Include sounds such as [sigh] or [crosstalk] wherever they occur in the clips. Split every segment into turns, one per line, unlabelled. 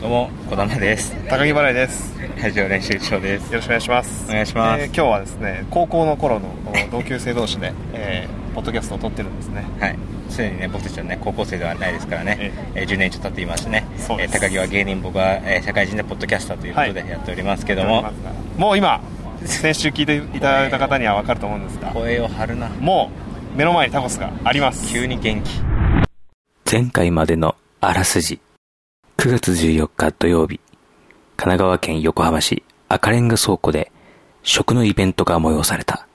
どうも、こだまです。
高木払いですよ
ラジオ練習長です。
ろしくお願いします
お願いします
えー今日はですね高校の頃のお同級生同士で、 [laughs] えーポッドキャストを撮ってるんですね
はい。すでにね、僕たちはね、高校生ではないですからね、えー10年以上経っていますね。
そうです
えー高木は芸人、僕は、えー社会人でポッドキャスターということ
は
で
い
やっておりますけども、
もう今先週聞いていただいた方には分かると思うんですが
声を張るな。
もう目の前にタコスがあります
急に元気。
前回までのあらすじ。9月14日土曜日、神奈川県横浜市赤レンガ倉庫で食のイベントが催された。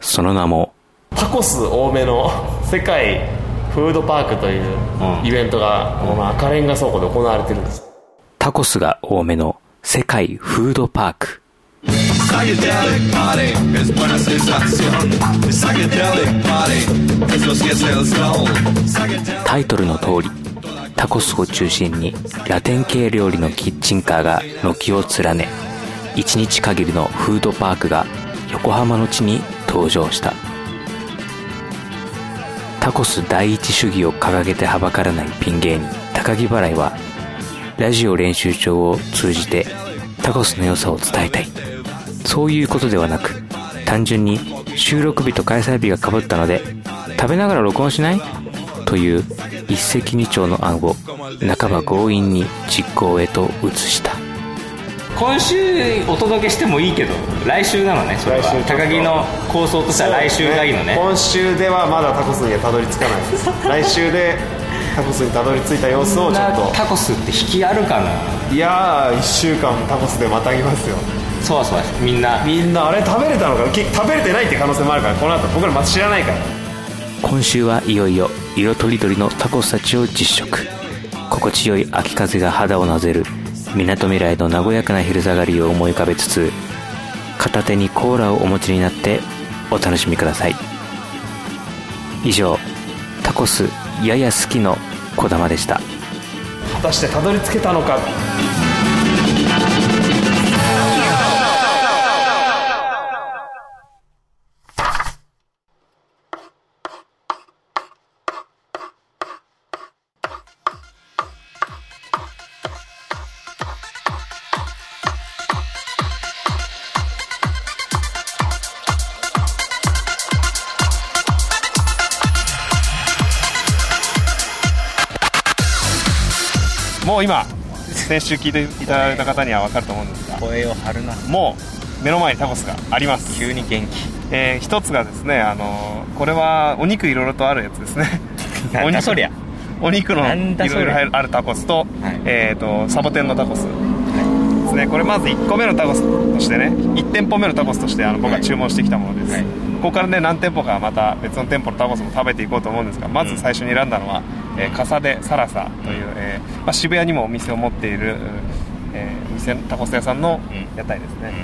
その名も、
タコス多めの [laughs] 世界フードパークというイベントが、この赤レンガ倉庫で行われてるんです
タコスが多めの世界フードパーク。
Psychedelic party es buena sensación. Psychedelic party es los que es el sol. Psychedelic
タイトルの通り、タコスを中心にラテン系料理のキッチンカーが軒を連ね、一日限りのフードパークが横浜の地に登場した。タコス第一主義を掲げてはばからないピン芸人高木払いは、ラジオ練習帳を通じてタコスの良さを伝えたい。そういうことではなく、単純に収録日と開催日が被ったので、食べながら録音しないという一石二鳥の案を半ば強引に実行へと移した。
今週お届けしてもいいけど、来週なのね、それは。高木の構想としては来週がいいのね。
今週ではまだタコスにはたどり着かないです
[laughs]
来週でタコスにたどり着いた様子をちょっと
タコスって引きあるかない
やー1週間タコスでまたぎますよ
そわそわしてみんな。
みんなあれ食べれたのかけ食べれてないって可能性もあるからこの後僕らまた知らないから
今週はいよいよ色とりどりのタコスたちを実食心地よい秋風が肌をなぜるみなとみらいの和やかな昼下がりを思い浮かべつつ片手にコーラをお持ちになってお楽しみください以上タコスやや好きのこだまでした
果たしてたどり着けたのか
もう今先週聞いていただいた方には分かると思うんですが
声を張るな。
もう目の前にタコスがあります、
急に元気。
えー一つがですねあのーこれはお肉いろいろとあるやつですね
[laughs] なんだそりゃ。
お肉の
なんだ
い
それ
ろいろ入るあるタコスと,、
はい
えー、とサボテンのタコスですねこれまず1個目のタコスとしてね1店舗目のタコスとしてあの僕
は
が
い
注文してきたものです、
はい
ここからね何店舗かまた別の店舗のタコスも食べていこうと思うんですがまず最初に選んだのは、えー、笠でサラサという、えーまあ、渋谷にもお店を持っている、えー店タコス屋さんの
うん
屋台ですね、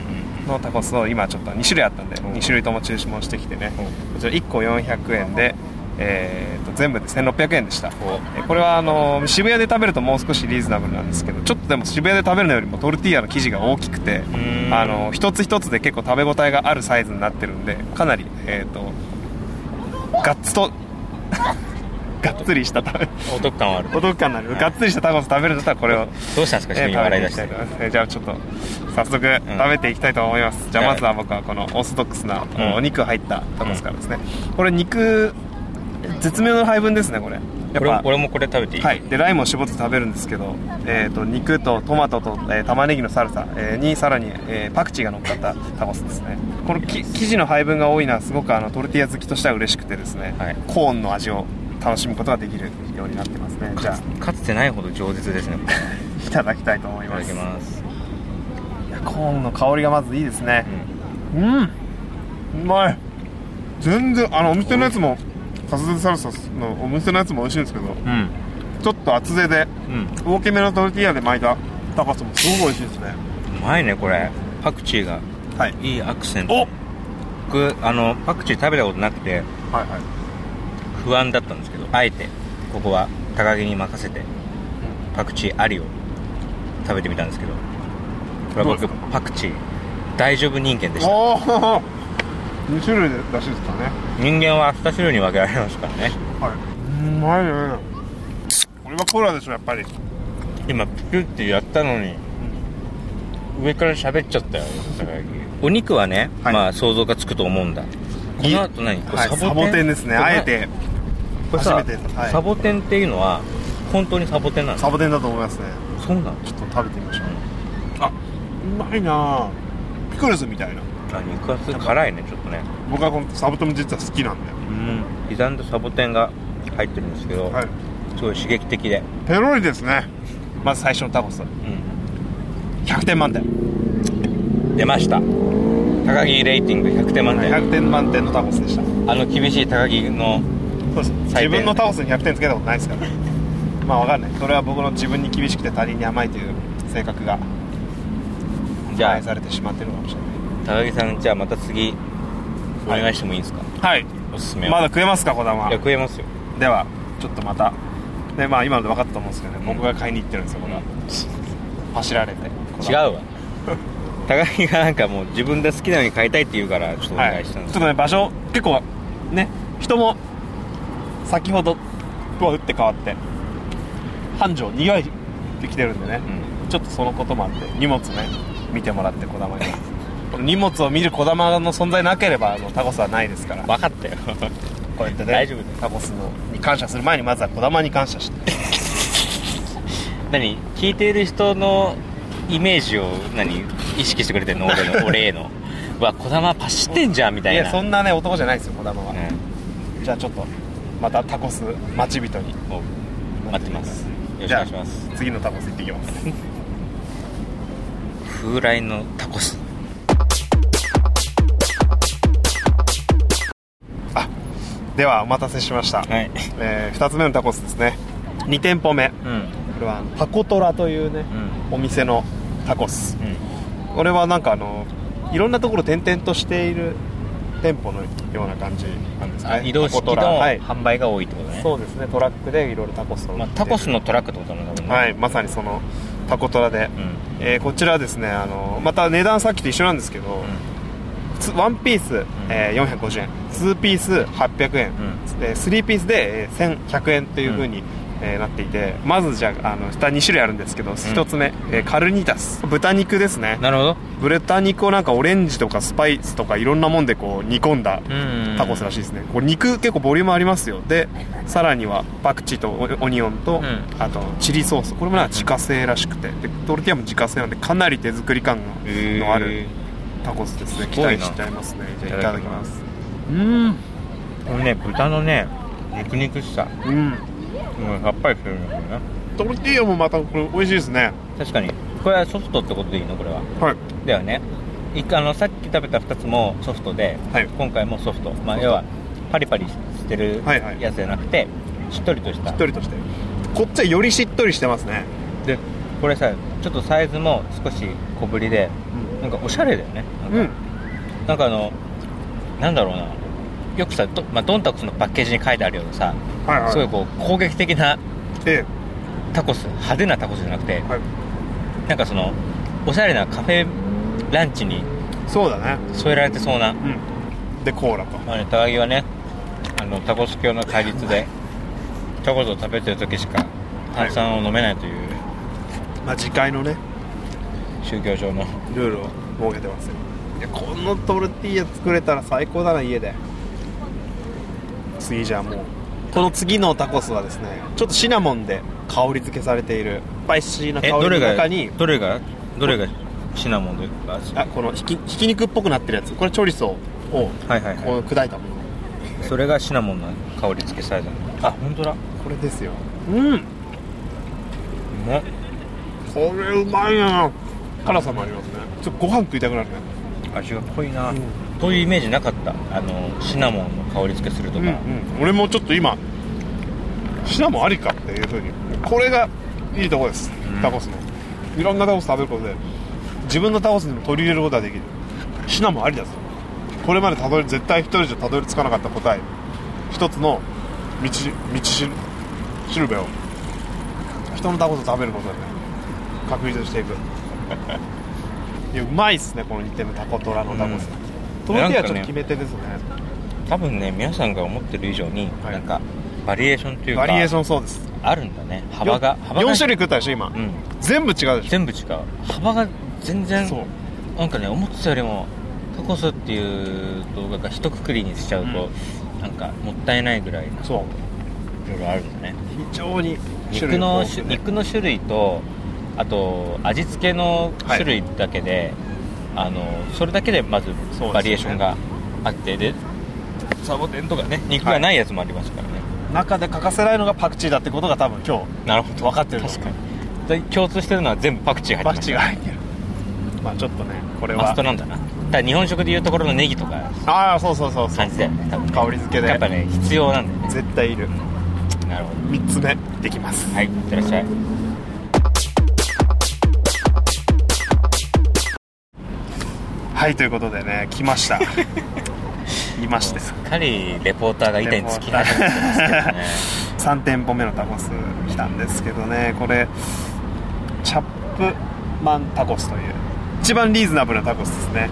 のタコスを今ちょっと2種類あったんで2種類とも注文してきてねこちら1個400円で、えーと全部で1600円でしたえこれはあの渋谷で食べるともう少しリーズナブルなんですけどちょっとでも渋谷で食べるのよりもトルティーヤの生地が大きくて
ん
あの一つ一つで結構食べ応えがあるサイズになってるんでかなりえっ、とガッツ [laughs] とがっつりした食べ
お得感はある。
お得感のあるがっつりしたタコス食べるんだったらこれを
どうしたんですか、急に笑い出して。
えーじゃあちょっと早速食べていきたいと思います、じゃあまずは僕はこのオーソドックスな
うん
お肉入ったタコスからですね、これ肉絶妙な配分ですねこれやっ
俺も
ぱ
俺もこれ食べていい、
はい、でライムを絞って食べるんですけど、えー、と肉とトマトと、えー玉ねぎのサルサ、えーにさらに、えーパクチーが乗っかったタコスですねこのき生地の配分が多いのはすごくあのトルティーヤ好きとしては嬉しくてですね、
はい
コーンの味を楽しむことができるようになってますねじゃあ
かつてないほど饒舌ですねこれ [laughs] い
いただきたいと思い
た
ま
だ
す
きます
いやコーンの香りがまずいいですねうん、うまい全然あのお店のやつもカステサルサのお店のやつも美味しいんですけど
うん
ちょっと厚手で
うん
大きめのトルティーヤで巻いたタコスもすごく美味しいですね
うまいねこれパクチーが
はい
いいアクセン
お
ト僕あのパクチー食べたことなくて
はいはい
不安だったんですけどあえてここは高木に任せてパクチーありを食べてみたんですけどこれは
どうです
僕パクチー大丈夫人間でした
おお2種類らしいですかね
人間は2種類に分けられますからね
はいうまいねこれはコーラでしょやっぱり
今プキュってやったのに上から喋っちゃったよお肉はね、
はい
まあ想像がつくと思うんだこの後何これ
はいサボテンですね
これ
あえて
これさ
初めてはい
サボテンっていうのは本当にサボテンなの
サボテンだと思いますね
そうなの
ちょっと食べてみましょうあうまいなあピクルスみたいな
あ肉厚辛いねちょっとね
僕はこのサボテン実は好きなんで、
うん刻んだサボテンが入ってるんですけど、
はい、
すごい刺激的で、
ペロリですねまず最初のタコス100点満点
出ました高木レーティング100点満点、
100点満点のタコスでした
あの厳しい高木の
そうです
最低
自分のタコスに100点つけたことないですから [laughs] まあわかんないそれは僕の自分に厳しくて他人に甘いという性格が
じゃあ
愛されてしまってるのかもしれな
高木さんじゃあまた次お願いしてもいいですか、
いはい
おすすめを
まだ食えますかこだま
いや食えますよ
ではちょっとまたでまあ今ので分かったと思うんですけどね、僕が買いに行ってるんですよこれは、走られて
違うわ [laughs] 高木がなんかもう自分で好きなように買いたいって言うからちょっとお
は
願
い
い
ち
し
ょ
たん
っ
です
とね場所結構ね人も先ほどとは打って変わって繁盛にぎわいてきてるんでね、ちょっとそのこともあって荷物ね見てもらってこだまに [laughs] この荷物を見るこだまの存在なければあのタコスはないですから
分かったよ [laughs]
こうやってね
大丈夫だよ
タコスのに感謝する前にまずはこだまに感謝して
何聞いている人のイメージを何意識してくれてんの俺 [laughs] の俺へのうわこだまパシってんじゃんみた
い
いな
やそんなね男じゃないですよこだまは、
う
じゃあちょっとまたタコス待ち人に
んもう待ってますよろしく
じ
お
ゃ
願
あ
いします
次のタコス行ってきます
風来のタコス
ではお待たせしました、
はい
え2つ目のタコスですね2店舗目
うん
これはあのタコトラというね、お店のタコス
うん
これはなんかあのいろんなところ転々としている店舗のような感じなんです
あ
ね
移動式
タコ
の
トラはい
販売が多いってことね、
そうですねトラックでいろいろタコスを売ってる、
まあ、タコスのトラックってことなんだろうね
はいまさにそのタコトラで、
うん
えーこちらはですねあのまた値段さっきと一緒なんですけど、つワンピース、えー450円2ピース800円、で3ピースで、えー1100円というふうに、えーなっていてまずじゃああの下2種類あるんですけど1つ目、えーカルニタス豚肉ですね
なるほど
豚肉をなんかオレンジとかスパイスとかいろんなもんでこう煮込んだ
うん
タコスらしいですねこれ肉結構ボリュームありますよでさらにはパクチーとオオニオンと、
ん
あとチリソースこれもなんか自家製らしくてでトルティアも自家製なんでかなり手作り感が
へー
のあるタコスですね
す
期
ごいな
待しちゃいますねじゃあい
い
た
た
だ
だ
き
き
ま
ますうんこれね豚のね肉肉しさ
うん
うんさっぱりしてるんですよね
トルティーヤもまたこれ美味しいですね
確かにこれはソフトってことでいいのこれは
はい
だよね一回あのさっき食べた2つもソフトで、
はい
今回もソフト、まあ、要はパリパリしてる
はいはい
やつじゃなくて、しっとりとした
しっとりとしてこっちはよりしっとりしてますね
でこれさちょっとサイズも少し小ぶりで、なんかおしゃれだよねなんか,、
うん
なんかあのなんだろうなよくさど、まあ、ドンタコスのパッケージに書いてあるようなさ、
はいはい
すごいこう攻撃的な
で、
タコス派手なタコスじゃなくて、
はい
なんかそのおしゃれなカフェランチに
そうだね
添えられてそうな、
うんでコーラと
まあね、高木はねあのタコス教の戒律でタコスを食べてる時しか炭酸を飲めないという
まあ次回のね
宗教上の
ルールを設けてますよいやこのトルティーヤ作れたら最高だな家で次じゃあもうこの次のタコスはですねちょっとシナモンで香り付けされているスパイシーな香
えどれ
りの中
が
に
どれがどれがシナモンというか
あこのひきひき肉っぽくなってるやつこれチョリソーを
はいはい
こ
は
う砕いたもの
いそれがシナモンの香り付けされたのあ本当だ
これですようん
ね
これうまいな辛さもありますねちょっとご飯食いたくなるね
味が濃いな、
うん
というイメージなかったあのシナモンの香り付けすると
う
か、
んうん俺もちょっと今シナモンありかっていうふうにこれがいいとこです、
ん
タコスのいろんなタコス食べることで自分のタコスにも取り入れることができるシナモンありだぞこれまでたどり絶対一人じゃたどり着かなかった答え一つの道道ししるべを人のタコスを食べることでね確立してい [laughs] くいやうまいっすねこの2点目タコトラのタコス、トロティはちょっと決め手ですね
多分ね皆さんが思ってる以上に、
はい
なんかバリエーションというか
バリエーションそうです
あるんだね幅が幅が
4種類食ったでしょ今、
うん
全部違うでしょ
全部違う幅が全然
そう
なんかね思ってたよりもタコスっていう動画が一括りにしちゃうと、なんかもったいないぐらいい
そう
ろいろあるんだね
非常に
肉の
種類豊富で
肉の種類とあと味付けの種類だけで、あのそれだけでまず
すよね
バリエーションがあってでサボテンとかね肉がないやつもありますからね、
中で欠かせないのがパクチーだってことが多分今
なるほど
分かってると思う
確かにで共通してるのは全部パクチー入ってま
日
す
パクチーが入ってるまあちょっとねこれ
マ
は
ストなんだなだから日本食でいうところのネギとか
ああそうそうそうそう
感じだよね多分ね
香り付けで
やっぱね必要なんだよね
絶対いる
なるほど
3つ目できます
はいいってらっしゃい
はいということでね来ました
[laughs]
いましたよ
すっかりレポーターが板につき始めてますけどね
3店舗目のタコス来たんですけどねこれチャップマンタコスという一番リーズナブルなタコスですね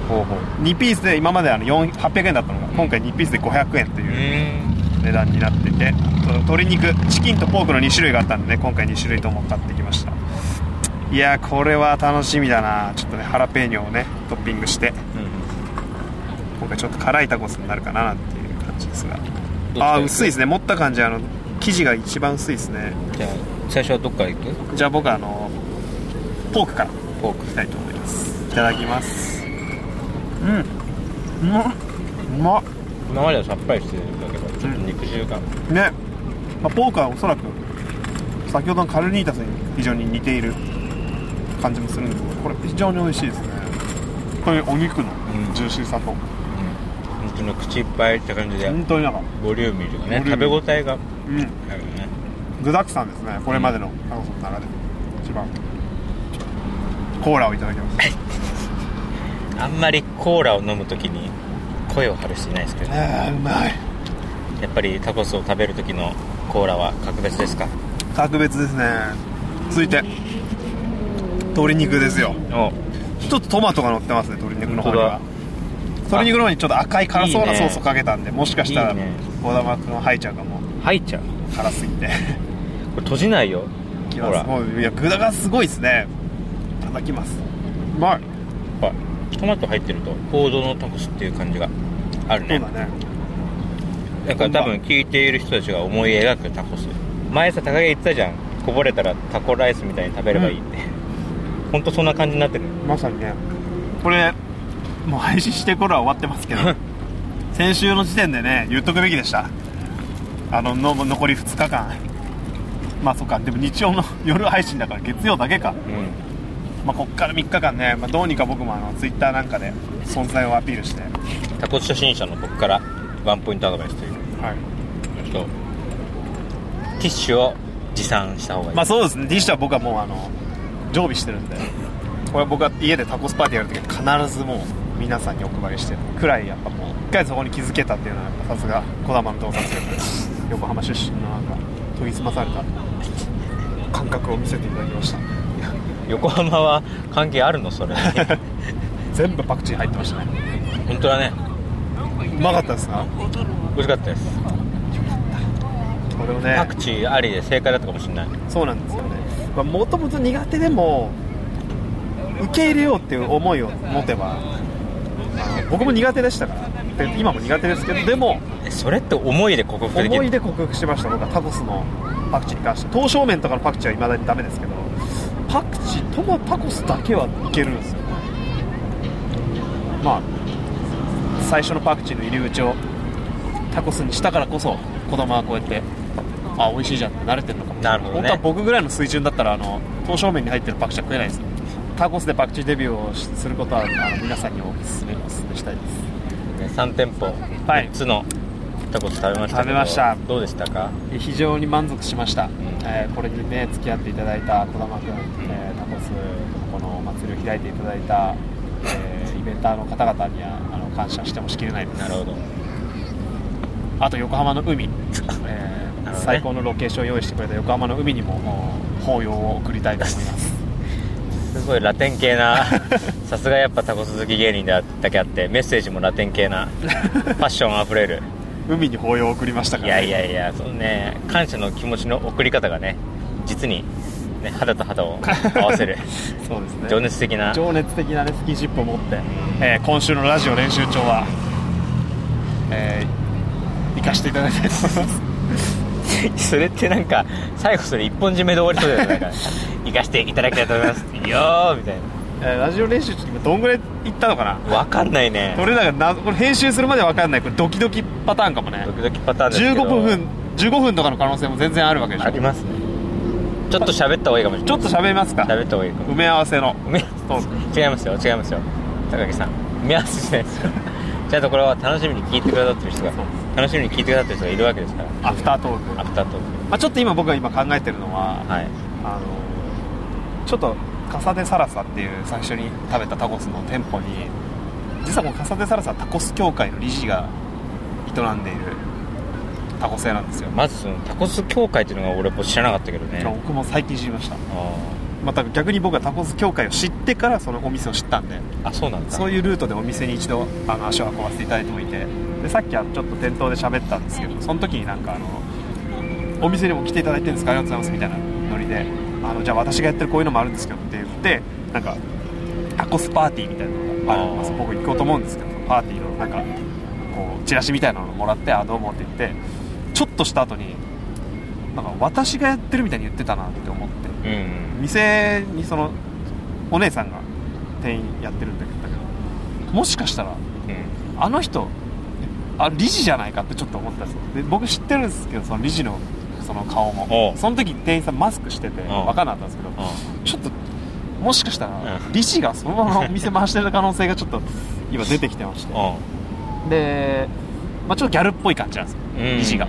2ピースで今まであの4 800円だったのが今回2ピースで500円
[laughs]
と
う
いう
ーん
値段になっててあと鶏肉チキンとポークの2種類があったんでね今回2種類とも買ってきましたいやーこれは楽しみだなちょっとねハラペーニョをねトッピングして今回ちょっと辛いタコスになるかななんていう感じですが
どっちから
あ
行
ー
く
薄いですね持った感じあの生地が一番薄いですね
じゃあ最初はどっから行く
じゃあ僕はあのポークから
ポーク
いきたいと思いますいただきますうんうまっうまっ
今まではさっぱりしてるんだけどちょっと肉汁が
ね、まあ、ポークはおそらく先ほどのカルニータスに非常に似ている感じもするんですけどこれ非常に美味しいですねこういうお肉の
うん
ジューシーさと、
本当に口いっぱいって感じで
本当になんか
ボリューミーというかね
ボリュー
食
ミ
べ
ー
応えが
う
あ
ん
るね
具沢山ですねこれまでのタコスの中で一番コーラをいただきまし
あんまりコーラを飲むときに声を張る人いないですけど
た [laughs] ああうまい
やっぱりタコスを食べる時のコーラは格別ですか
格別ですね続いて鶏肉ですよ
お
一つトマトが乗ってますね鶏肉の方には
本
鶏肉の方にちょっと赤い辛そう
い
ないソ
ね
ースをかけたんでもしかした
い
ら
いね
小玉君のハイちゃんがもう
入っちゃう
辛すぎて
これ閉じないよ
いき
ほ
ま [laughs]
ら
すもういや具がすごいですねいただきますうまい
はいトマト入ってると王道のタコスっていう感じがある
そ
ね
うだね
だから多分聞いている人たちが思い描くタコス前さ高木言ってたじゃんこぼれたらタコライスみたいに食べればいいって、ほんとそんな感じになってる
まさにねこれもう配信して頃は終わってますけ [laughs] ど先週の時点でね言っとくべきでしたあのの残り2日間まあそっかでも日曜の [laughs] 夜配信だから月曜だけか、
うん
まあ、こっから3日間ね、まあ、どうにか僕もあのツイッターなんかで存在をアピールして、は
タコス初心者の僕からワンポイントアドバイスというとティッシュを持参した方がいい、
まあそうですね D 社は僕はもうあの常備してるんでこれ僕は家でタコスパーティーやるときは必ずもう皆さんにお配りしてるくらいやっぱもう一回そこに気づけたっていうのはやっぱさすが児玉の洞察力横浜出身のなんか研ぎ澄まされた感覚を見せていただきました
横浜は関係あるの [laughs] それ
全部パクチー入ってましたね
本当だね
うまかったですか
美味しかったです
これを
パ
ね
クチーありで正解だったかもしれない
そうなんですよねもともと苦手でも受け入れようっていう思いを持てばあの僕も苦手でしたからで今も苦手ですけどでも
えそれって思いで克服でき
思い
る
で克服しました僕はタコスのパクチーに関して刀削面とかのパクチーはいまだにダメですけどパクチートマタコスだけはいけるんですよねまあ最初のパクチーの入り口をタコスにしたからこそ子供はこうやってあ美味しいじゃんって慣れてるのかも
なるほどね
本当は僕ぐらいの水準だったらあの刀削面に入ってるパクチーは食えないですよタコスでパクチーデビューをしすることはあの皆さんにおすすめお勧めしたいです
3店舗
はい
3つのタコス食べましたけど
食べました
どうでしたか
非常に満足しました、えーこれにね付き合っていただいた児玉君、えータコスこのお祭りを開いていただいた、えーイベンターの方々にはあの感謝してもしきれないです
なるほど
あと横浜
[laughs]
の海、えー
なるほどね
最高のロケーションを用意してくれた横浜の海にももう抱擁を送りたいと思います
[laughs] すごいラテン系
[laughs]
なさすが
[laughs]
やっぱタコス好き芸人だだけあってメッセージもラテン系なファッションあふれる
海に抱擁を送りましたか
い
ら、
や
ね、
いやいやそうね感謝の気持ちの送り方がね実に、ね、肌と肌を合わせ
[laughs]
る
そうですね
情熱的な
情熱的な、ね、スキンシップを持って、えー今週のラジオ練習帳は、えー行かせていただいて
[laughs] それってなんか最後それ一本締めで終わりそうだよねなんか
[laughs]
行かせていただきたいと思いますいいよーみたい
えーラジオ練習帳今どんぐらい行ったのかな
なわかんないね
俺らがなこれ編集するまで分かんないこれドキドキパターンかもね
ドキドキパターンですけど
15分15分とかの可能性も全然あるわけでし
あ
ょ
りますねちょっと喋った方がいいかもしれ
ち
な
ょ
い
っと喋りますか
喋った方がいいかも
埋め合わせの
埋め
トー
違いますよ違いますよ高木さん埋め合わせしないですよじゃあとこれは楽しみに聞いてくださってる人が楽しみに聞いてくださってる人がいるわけですから
アフタートーク
アフタートー
まあ、ちょっと今僕が今考えてるのは
クはい
あのちょっとカサデサラサっていう最初に食べたタコスの店舗に実はこのカサデサラサタコス協会の理事が営んでいるタコス屋なんですよ、
まずそのタコス協会っていうのが俺も知らなかったけどね
僕も最近知りました
あ
また逆に僕はタコス協会を知ってからそのお店を知ったんで
ーあそうなんだ
そういうルートでお店に一度あの足を運ばせていただいてもいてでさっきはちょっと店頭で喋ったんですけどその時になんかあのお店にも来ていただいてるんですかありがとうございますみたいなノリであのじゃあ私がやってるこういうのもあるんですけどって言ってなんかタコスパーティーみたいなのがあるんです
あー
僕行こうと思うんですけどパーティーのなんかこうチラシみたいなのをもらってあどうもって言ってちょっとした後になんか私がやってるみたいに言ってたなって思って
うんうん
店にそのお姉さんが店員やってるんだけどもしかしたら
うん
あの人あ理事じゃないかってちょっと思ったんですよで僕知ってるんですけどその理事のその顔
お
も
う
その時店員さんマスクしてて
おう
分かんなかったんですけど
あ
ちょっともしかしたら
うん
理事がそのままお店回してる可能性がちょっと今出てきてまして
あ
で、まあ、ちょっとギャルっぽい感じなんですよ
うん
理事が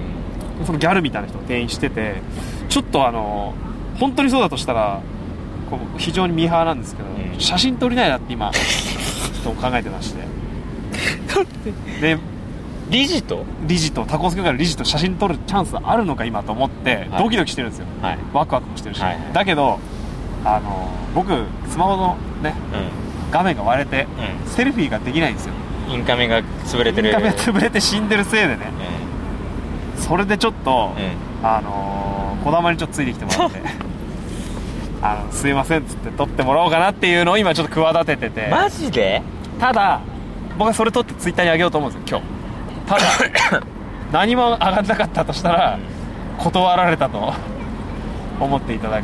そのギャルみたいな人を転員しててちょっとあの本当にそうだとしたらこう非常にミーハーなんですけど、
うん
写真撮りたいなって今ちょっと考えてましてで
理事と
理事とタコス協会の理事と写真撮るチャンスあるのか今と思って
はい
ドキドキしてるんですよ、
はい
ワクワクもしてるし、
はいはい
だけどあの僕スマホのね
う
画面が割れて、
う
セルフィーができないんですよ
んインカメが潰れてる
画面潰れて死んでるせいでねそれでちょっと、
うんうん
あのー、こだまにちょっとついてきてもらって [laughs] あのすいませんっつって撮ってもらおうかなっていうのを今ちょっと企ててて、
マジで
ただ僕はそれ撮ってツイッターにあげようと思うんですよ今日た
[laughs]
だ何も上がんなかったとしたら、断られたと思っていただく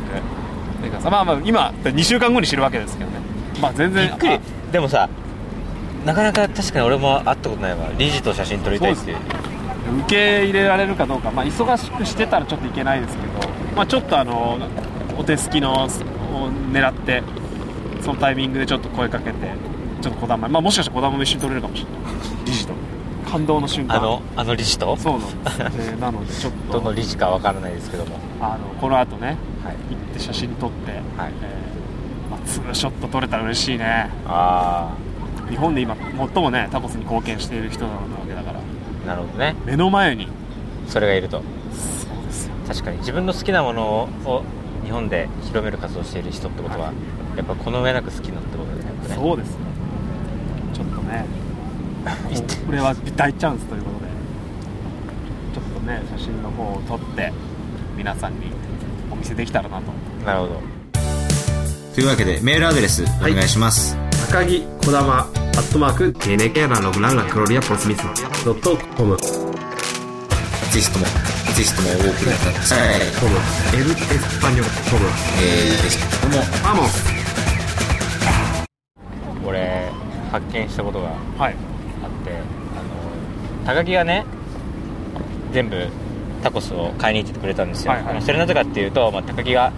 ていうかさまあまあ今2週間後に知るわけですけどねまあ全
び
然
っくりでもさなかなか確かに俺も会ったことないわ理事と写真撮りたいっていう
そう受け入れられるかどうか、まあ、忙しくしてたらちょっといけないですけど、まあ、ちょっとあのお手すきのを狙ってそのタイミングでちょっと声かけてちょっとこだま、まあ、もしかしたらこだまも一緒に取れるかもしれない理事と感動の瞬間
あのあの理事と
そうなんです、ね、なのでちょっ
どの
と
理事かわからないですけども
あのこの後ね
はい
行って写真撮って、
はい
えーまあ、ツーショット撮れたら嬉しいね
あ
日本で今最もねタコスに貢献している人なわけだから
あなるほどね
目の前に
それがいると
そうですよ
確かに自分の好きなものを日本で広める活動をしている人ってことは、
はい
やっぱこの上なく好きなってことだよね
そうですねちょっとね [laughs]
行って
これは大チャンスということでちょっとね写真の方を撮って皆さんにお見せできたらなと
なるほど
というわけでメールアドレスお願いします、
高木こだまアットマーク KNKR677クロリアポスミスドットコム
ぜひともぜひともお送りください、
コムエルエスパニョコム
えー、ぜひとも
アモス
俺発見したことがあっ
はい
てあの高木がね全部タコスを買いに行ってくれたんですよ、
はいはい
それなぜかっていうと、まあ、高木が、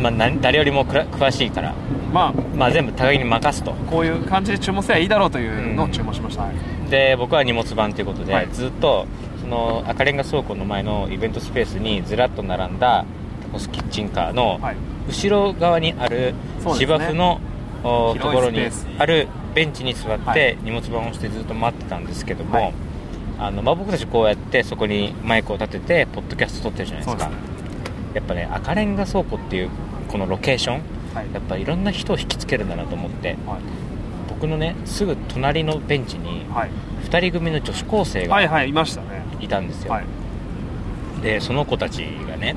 まあ、何誰よりもくら詳しいから、
ま
まあ、全部高木に任すと
あこういう感じで注文すればいいだろうというのを注文しました、はい
で僕は荷物版ということで、
はい
ずっとその赤レンガ倉庫の前のイベントスペースにずらっと並んだタコスキッチンカーの
はい
後ろ側にある
そうですね
芝生の、おと
広
こ
い
ろに
スペース
あるベンチに座っ
は
て
い
荷物版をしてずっと待ってたんですけども、
はい
あのまあ、僕たちこうやってそこにマイクを立ててポッドキャスト撮ってるじゃないで
そう
す
です
か
ね
やっぱね赤レンガ倉庫っていうこのロケーション
はい
やっぱいろんな人を引きつけるんだなと思って
はい
僕のねすぐ隣のベンチに
はい
2人組の女子高生が
はいはいいましたね
いたんですよ、
はい
でその子たちがね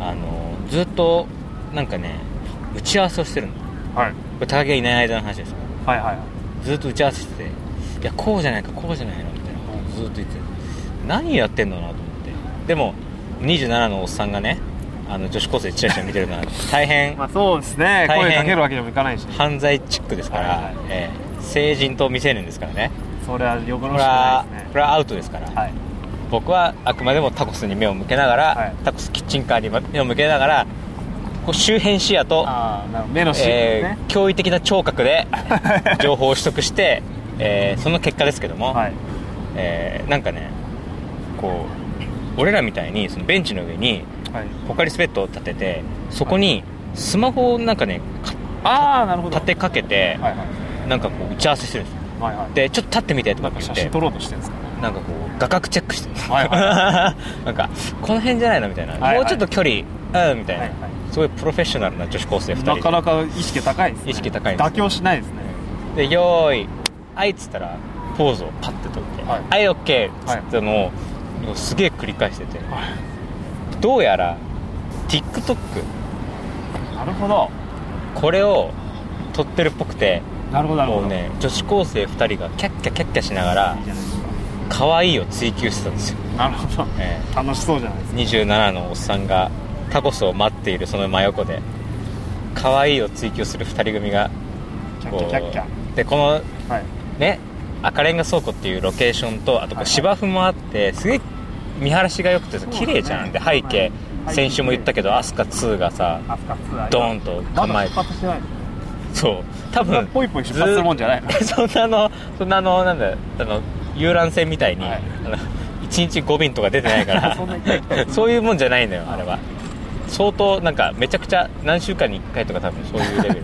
あのずっとなんかね打ち合わせをしてるのこ
はい
れ高木がいない間の話ですよ
はいはい
ずっと打ち合わせしてていやこうじゃないかこうじゃないのみたいなことずっと言ってて何やってんだろうなと思ってでも27のおっさんがねあの女子高生チラチラ見て
[laughs]
るのは大変
まあそうですね
大変
声かけるわけにもいかないし
犯罪チックですから、
はいはい
ええ成人と未成年ですからね
それは横
こ
の
れ
しか
は
ないです
こ
ね
れはアウトですから、
はい
僕はあくまでもタコスに目を向けながら、
はい
タコスキッチンカーに目を向けながらこう周辺視野と、
ああなるほど目のシーンです
え
ね
ー驚異的な聴覚
[laughs]
で情報を取得して、えーその結果ですけども、
はい
えーなんかねこう俺らみたいにそのベンチの上に
はい
ポカリスペットを立ててそこにスマホをなんかねか
ああなるほど
立てかけて、
はいはい
なんかこう打ち合わせしてるんですよ
はいはい
でちょっと立ってみてとか
な
っ
ん
て
か
言って
写真撮ろうとしてるんですかね
なんかこう画角チェックしてる、
はいは
[laughs]
い
なんかこの辺じゃないのみたいな、
いはい
もうちょっと距離うんみたいな、
はいはい
すごいプロフェッショナルな女子高生2人
なかなか意識高いですね
意識高いです
妥協しないですね
で「よーいあい」っつったらポーズをパッて取って「
はい
はいオッケー」っつったのを、もうすげえ繰り返してて、
は
どうやら TikTok
なるほど
これを撮ってるっぽくて
なるほどなるほ
も
ど
うね女子高生2人がキャッキャキャッキャしながら
いいじゃないですか
可愛いを追求してたんですよ、
なるほど
え
楽しそうじゃないです
え27のおっさんがタコスを待っているその真横で可愛いを追求する2人組が
かキャ
こ
ッ
う
キャキャッキャ
でこの
はい
ね赤レンガ倉庫っていうロケーションとあとこ
は
う
い
芝生もあってすげえ見晴らしが良くてさ
そうです
綺
ね
麗じゃんで
は
背
い
景
はい
先週も言ったけど飛鳥2がさ
アスカ2あり
ドー
ま
ンと
すま
構
だ
え
出
て
発してないですね
そう多
そん
分
なポイポイ出発するもんじゃないの
ず [laughs] そんなのそんなのなんだあの遊覧船みたいに、
はい
あの1日5便とか出てないか
[laughs] そんなに行ったり
らそういうもんじゃないのよあれは相当なんかめちゃくちゃ何週間に1回とか多分そういうレベル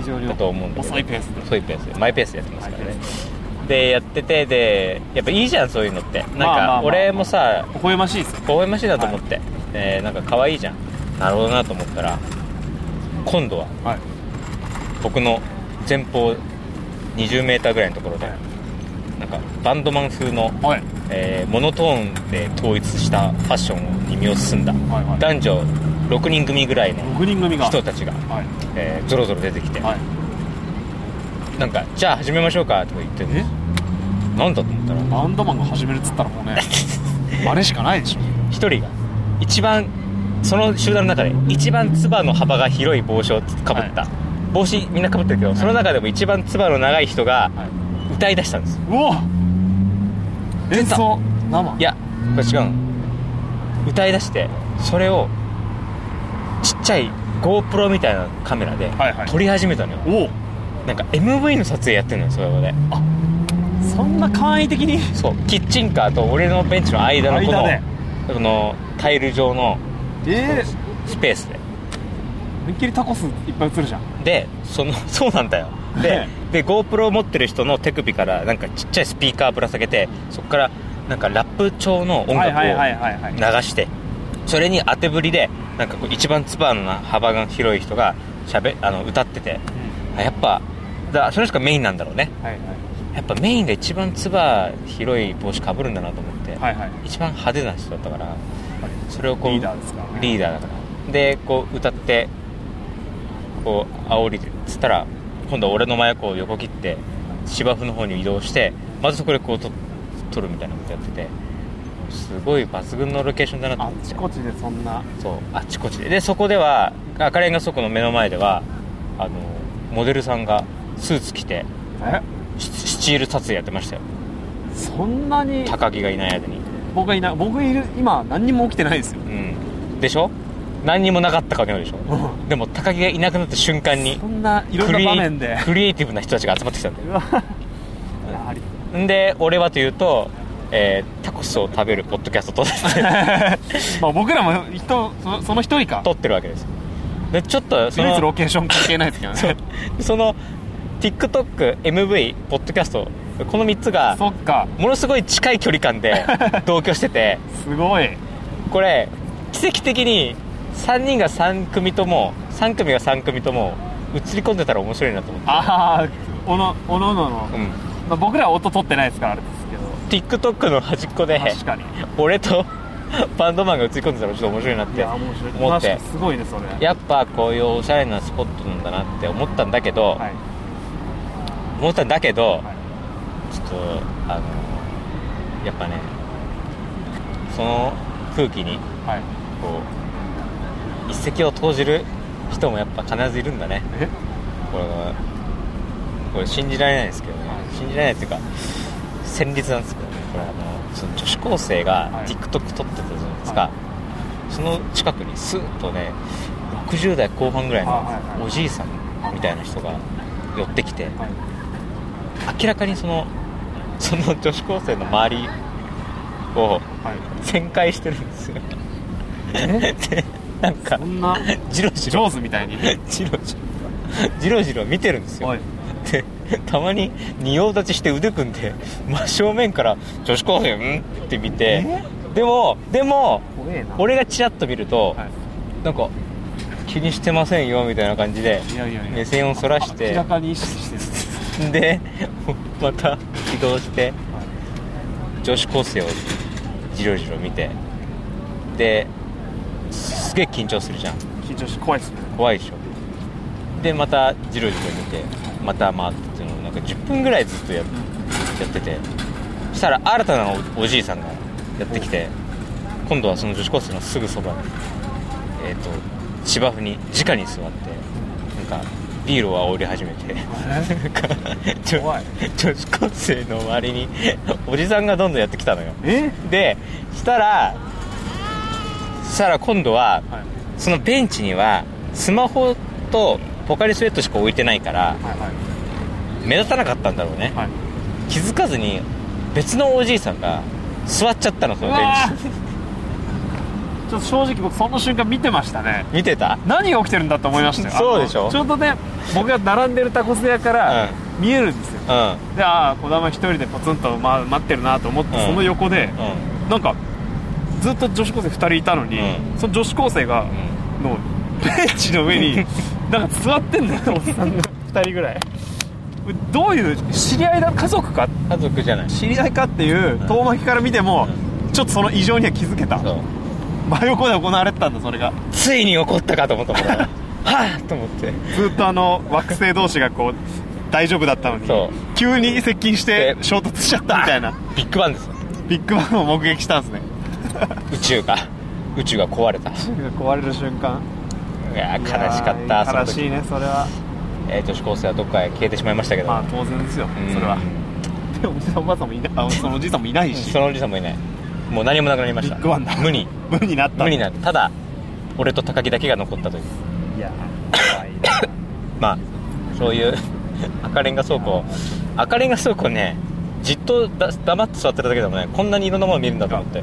非常に
だと思うんだけど
[laughs] 遅いペースで
遅いペースでマイペースでやってますからねでやっててでやっぱいいじゃんそういうのってなん
まあまあまあ
か俺もさ
微笑ましいですね
微笑ましいなと思って、えーなんか可愛いじゃんなるほどなと思ったら今度は
はい
僕の前方 20m ぐらいのところでなんかバンドマン風の、
はい
えーモノトーンで統一したファッションに身を包んだ
はいはい
男女6人組ぐらいの
6人組が
人たちが、
はい
えー、ぞろぞろ出てきて、
はい
なんかじゃあ始めましょうかとか言ってるんですなんだと思ったら
バンドマンが始めるっつったらもうねあれしかないでしょ
一人が一番その集団の中で一番つばの幅が広い帽子をかぶった、帽子みんなかぶってるけど、その中でも一番つばの長い人が
は
歌い出したんです
うお演奏生
いやこれ違うの歌い出してそれをちっちゃい GoPro みたいなカメラで
はいはい
撮り始めたのよ、
お
なんか MV の撮影やってるのよそれで
そんな簡易的に
そうキッチンカーと俺のベンチの間のこ
間
の,、
で
このタイル状の
ええ
スペースで
めっきりタコスいっぱい映るじゃん
でその [laughs] そうなんだよで
ね
で GoPro を持ってる人の手首からなんかちっちゃいスピーカーぶら下げてそこからなんかラップ調の音楽を
はいはいはいはいはい
流してそれに当てぶりでなんかこう一番ツバーの幅が広い人がしゃべあの歌っててあやっぱだその人がメインなんだろうね
はい
やっぱメインが一番ツバー広い帽子かぶるんだなと思って、
はいはいはい
一番派手な人だったからそれをこう
リーダーですからね
リーダーだからでこう歌ってこう煽りでつったら今度は俺の真横を横切って芝生の方に移動してまずそこでこうと撮るみたいなことやっててすごい抜群のロケーションだなと
あ
思って
ちこちでそんな
そうあっちこっちででそこでは赤レンガ倉庫の目の前ではあのモデルさんがスーツ着て
え
ススチール撮影やってましたよ
そんなに
高木がいない間に
僕がいない僕いる今何にも起きてないですよ
うんでしょ何にもなかったかのようでしょ
う
でも高木がいなくなった瞬間に
そんないろん
ク
な
リエイ
場面で
クリエイティブな人たちが集まってきたんだ
うわやはり
よんで俺はというと、えータコスを食べるポッドキャストを撮って
まあ僕らも人そその一人か
撮ってるわけですよでちょっとそ
唯一ロ
の
ケーション関係ないですけどね
その TikTokMV ポッドキャストこの3つが
そっか
ものすごい近い距離感
[laughs]
で同居してて
すごい
これ奇跡的に3人が3組とも3組が3組とも映り込んでたら面白いなと思って
ああおのおのおのの、
うん
まあ、僕らは音取ってないですからあれですけど
TikTok の端っこで
確かに
俺と [laughs] バンドマンが映り込んでたらちょっと面白いなっ
い
て
や面白い
思って
確かにすごいねそれ
やっぱこういうおしゃれなスポットなんだなって思ったんだけど、
はい
思ったんだけど、
はい
ちょっとあのやっぱねその空気に
はい
こう一石を投じる人もやっぱ必ずいるんだね
え
これはこれ信じられないですけどね信じられないっていうか戦慄なんですけどねこれあのその女子高生
は
が
い
TikTok 撮ってたじゃないです
は
かその近くにスーッとね60代後半ぐらい
あはいはい
のおじいさんみたいな人が寄ってきて
はい
明らかにそのその女子高生の周りを
はい
旋回してるんですよ
え
でなんか
そんな
ジロジロ
上手みたいに
ジロジロジロジロ見てるんですよ
おい
でたまに仁王立ちして腕組んで真正面から女子高生うんって見てでもでも
怖えな
俺がチラッと見ると、
は
なんか気にしてませんよみたいな感じで
いやいやいや
目線をそらし
明
て
らかに意識してる
でまた移動して女子高生をじろじろ見てですげえ緊張するじゃん
緊張して怖いっすね
怖いでしょでまたじろじろ見てまた回ってっていうのをなんか10分ぐらいずっとややっててそしたら新たなおおじいさんがやってきて今度はその女子高生のすぐそばにえっ、と芝生に直に座ってなんかビールを煽り始めてなんか女
怖い
女子高生の周りにおじさんがどんどんやってきたのよ
え
でしたらしたら今度は
はい
そのベンチにはスマホとポカリスエットしか置いてないから
はいはい
目立たなかったんだろうね、
はい
気づかずに別のおじいさんが座っちゃったのそのベンチ
ちょっと正直僕その瞬間見てましたね
見てた
何が起きてるんだって思いましたよ
[laughs] そうでしょ
あのちょうどね僕が並んでるタコス屋から
う
見えるんですよ
うんうん
でああ児玉一人でポツンと、まあ、待ってるなと思って、
うん
その横でなんかずっと女子高生2人いたのに、
う
その女子高生が、のベンチの上になんか座ってんだよおっさんが2人ぐらいどういう知り合いだ家族か
家族じゃない
知り合いかっていう遠巻きから見ても、ちょっとその異常には気づけた
そう
真横で行われてたんだそれが
ついに怒ったかと思った
[laughs]
からはあと思って
ずっとあの惑星同士がこう大丈夫だったのに
そう
急に接近して衝突しちゃったみ
[laughs]
たいな
ビッグバンですよ
ビッグバンを目撃したんですね
宇宙が宇宙が壊れたい
壊れる瞬間
やー悲しかったその
悲
時
しいねそれは
えー女子高生はどっかへ消えてしまいましたけど、
まあ当然ですよ
うん
それはでおじさんおばあさんもいないあそのおじいさんもいないし
そのおじさんもいないもう何もなくなりました
ビッグワンだ
無に
無になった
無になるただ俺と高木だけが残ったという
いや怖いな
まあそういう [laughs] 赤レンガ倉庫赤レンガ倉庫ねじっとだ黙って座ってただけでもねこんなにいろんなもの見えるんだと思って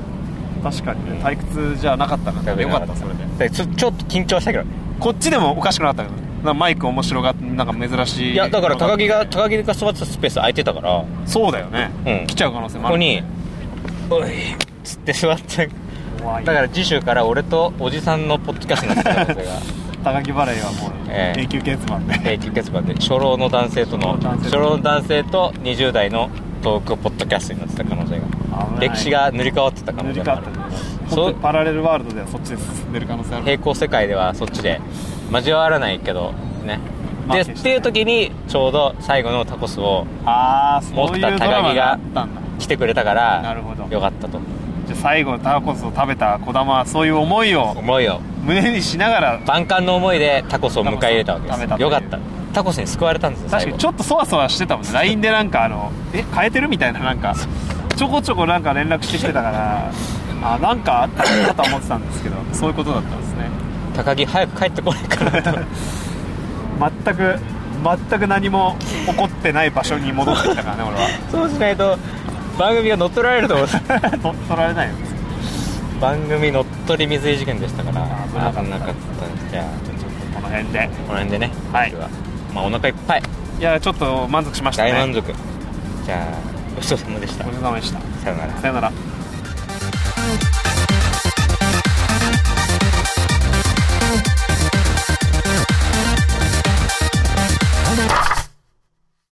確かにね退屈じゃなかったからよかったそれ
で
で
ちょちょっと緊張したけどね
こっちでもおかしくなかったけどなんかマイク面白がってなんか珍しい
いやだから高木が高木が座ってたスペース空いてたから
そうだよね、
うん
来ちゃう可能性
こ
もある
こに「おい」っつって座って
怖い
だから次週から俺とおじさんのポッドキャストになってた可能性が [laughs]
高木払いはもう
ええ
永久欠番で、
永久欠番で初老の男性との初
初
老
老
の男性と20代のトークポッドキャストになってた可能性
危
が
ない
歴史が塗り替わってた可
塗
能
り
性
替わ
があ
った
る
けど
そう
本当にパラレルワールドではそっちで進んでる可能性ある
平行世界ではそっちで交わらないけどね
まあ
でっ
決して
ていう時にちょうど最後のタコスを
ああそういうドラマがあっ
持った
たんだ
来てくれたか
な
ら
るほど
よかったと
じゃあ最後のタコスを食べた児玉はそういう思いを
思いを
胸にしながら
万感の思いでタコスを迎え入れたわけで
タコスを食べ
す
たという
よかったタコスに救われたんですよ
確
最
かに
後
ちょっとそわそわしてたもんね LINE でなんかあの「え変えてる?」みたいななんかちょこちょこなんか連絡してきてたからあなんかあったのかと思ってたんですけどそういうことだったんですね
高木早く帰ってこないかなと [laughs]
全く全く何も起こってない場所に戻ってきたからね俺は
そうしないと番組が乗っ取られると思った
[laughs] と取られないよね
番組乗っ取り水井事件でしたから
危なかった
危なかったんですじゃあちょっと
この辺
こ
で
の辺でね
はい
今週まあ、お腹いっぱい
いやちょっと満足しましたね
大満足じゃあごちそうさまでした
ごちそうさまでした
さようなら
さよなら
「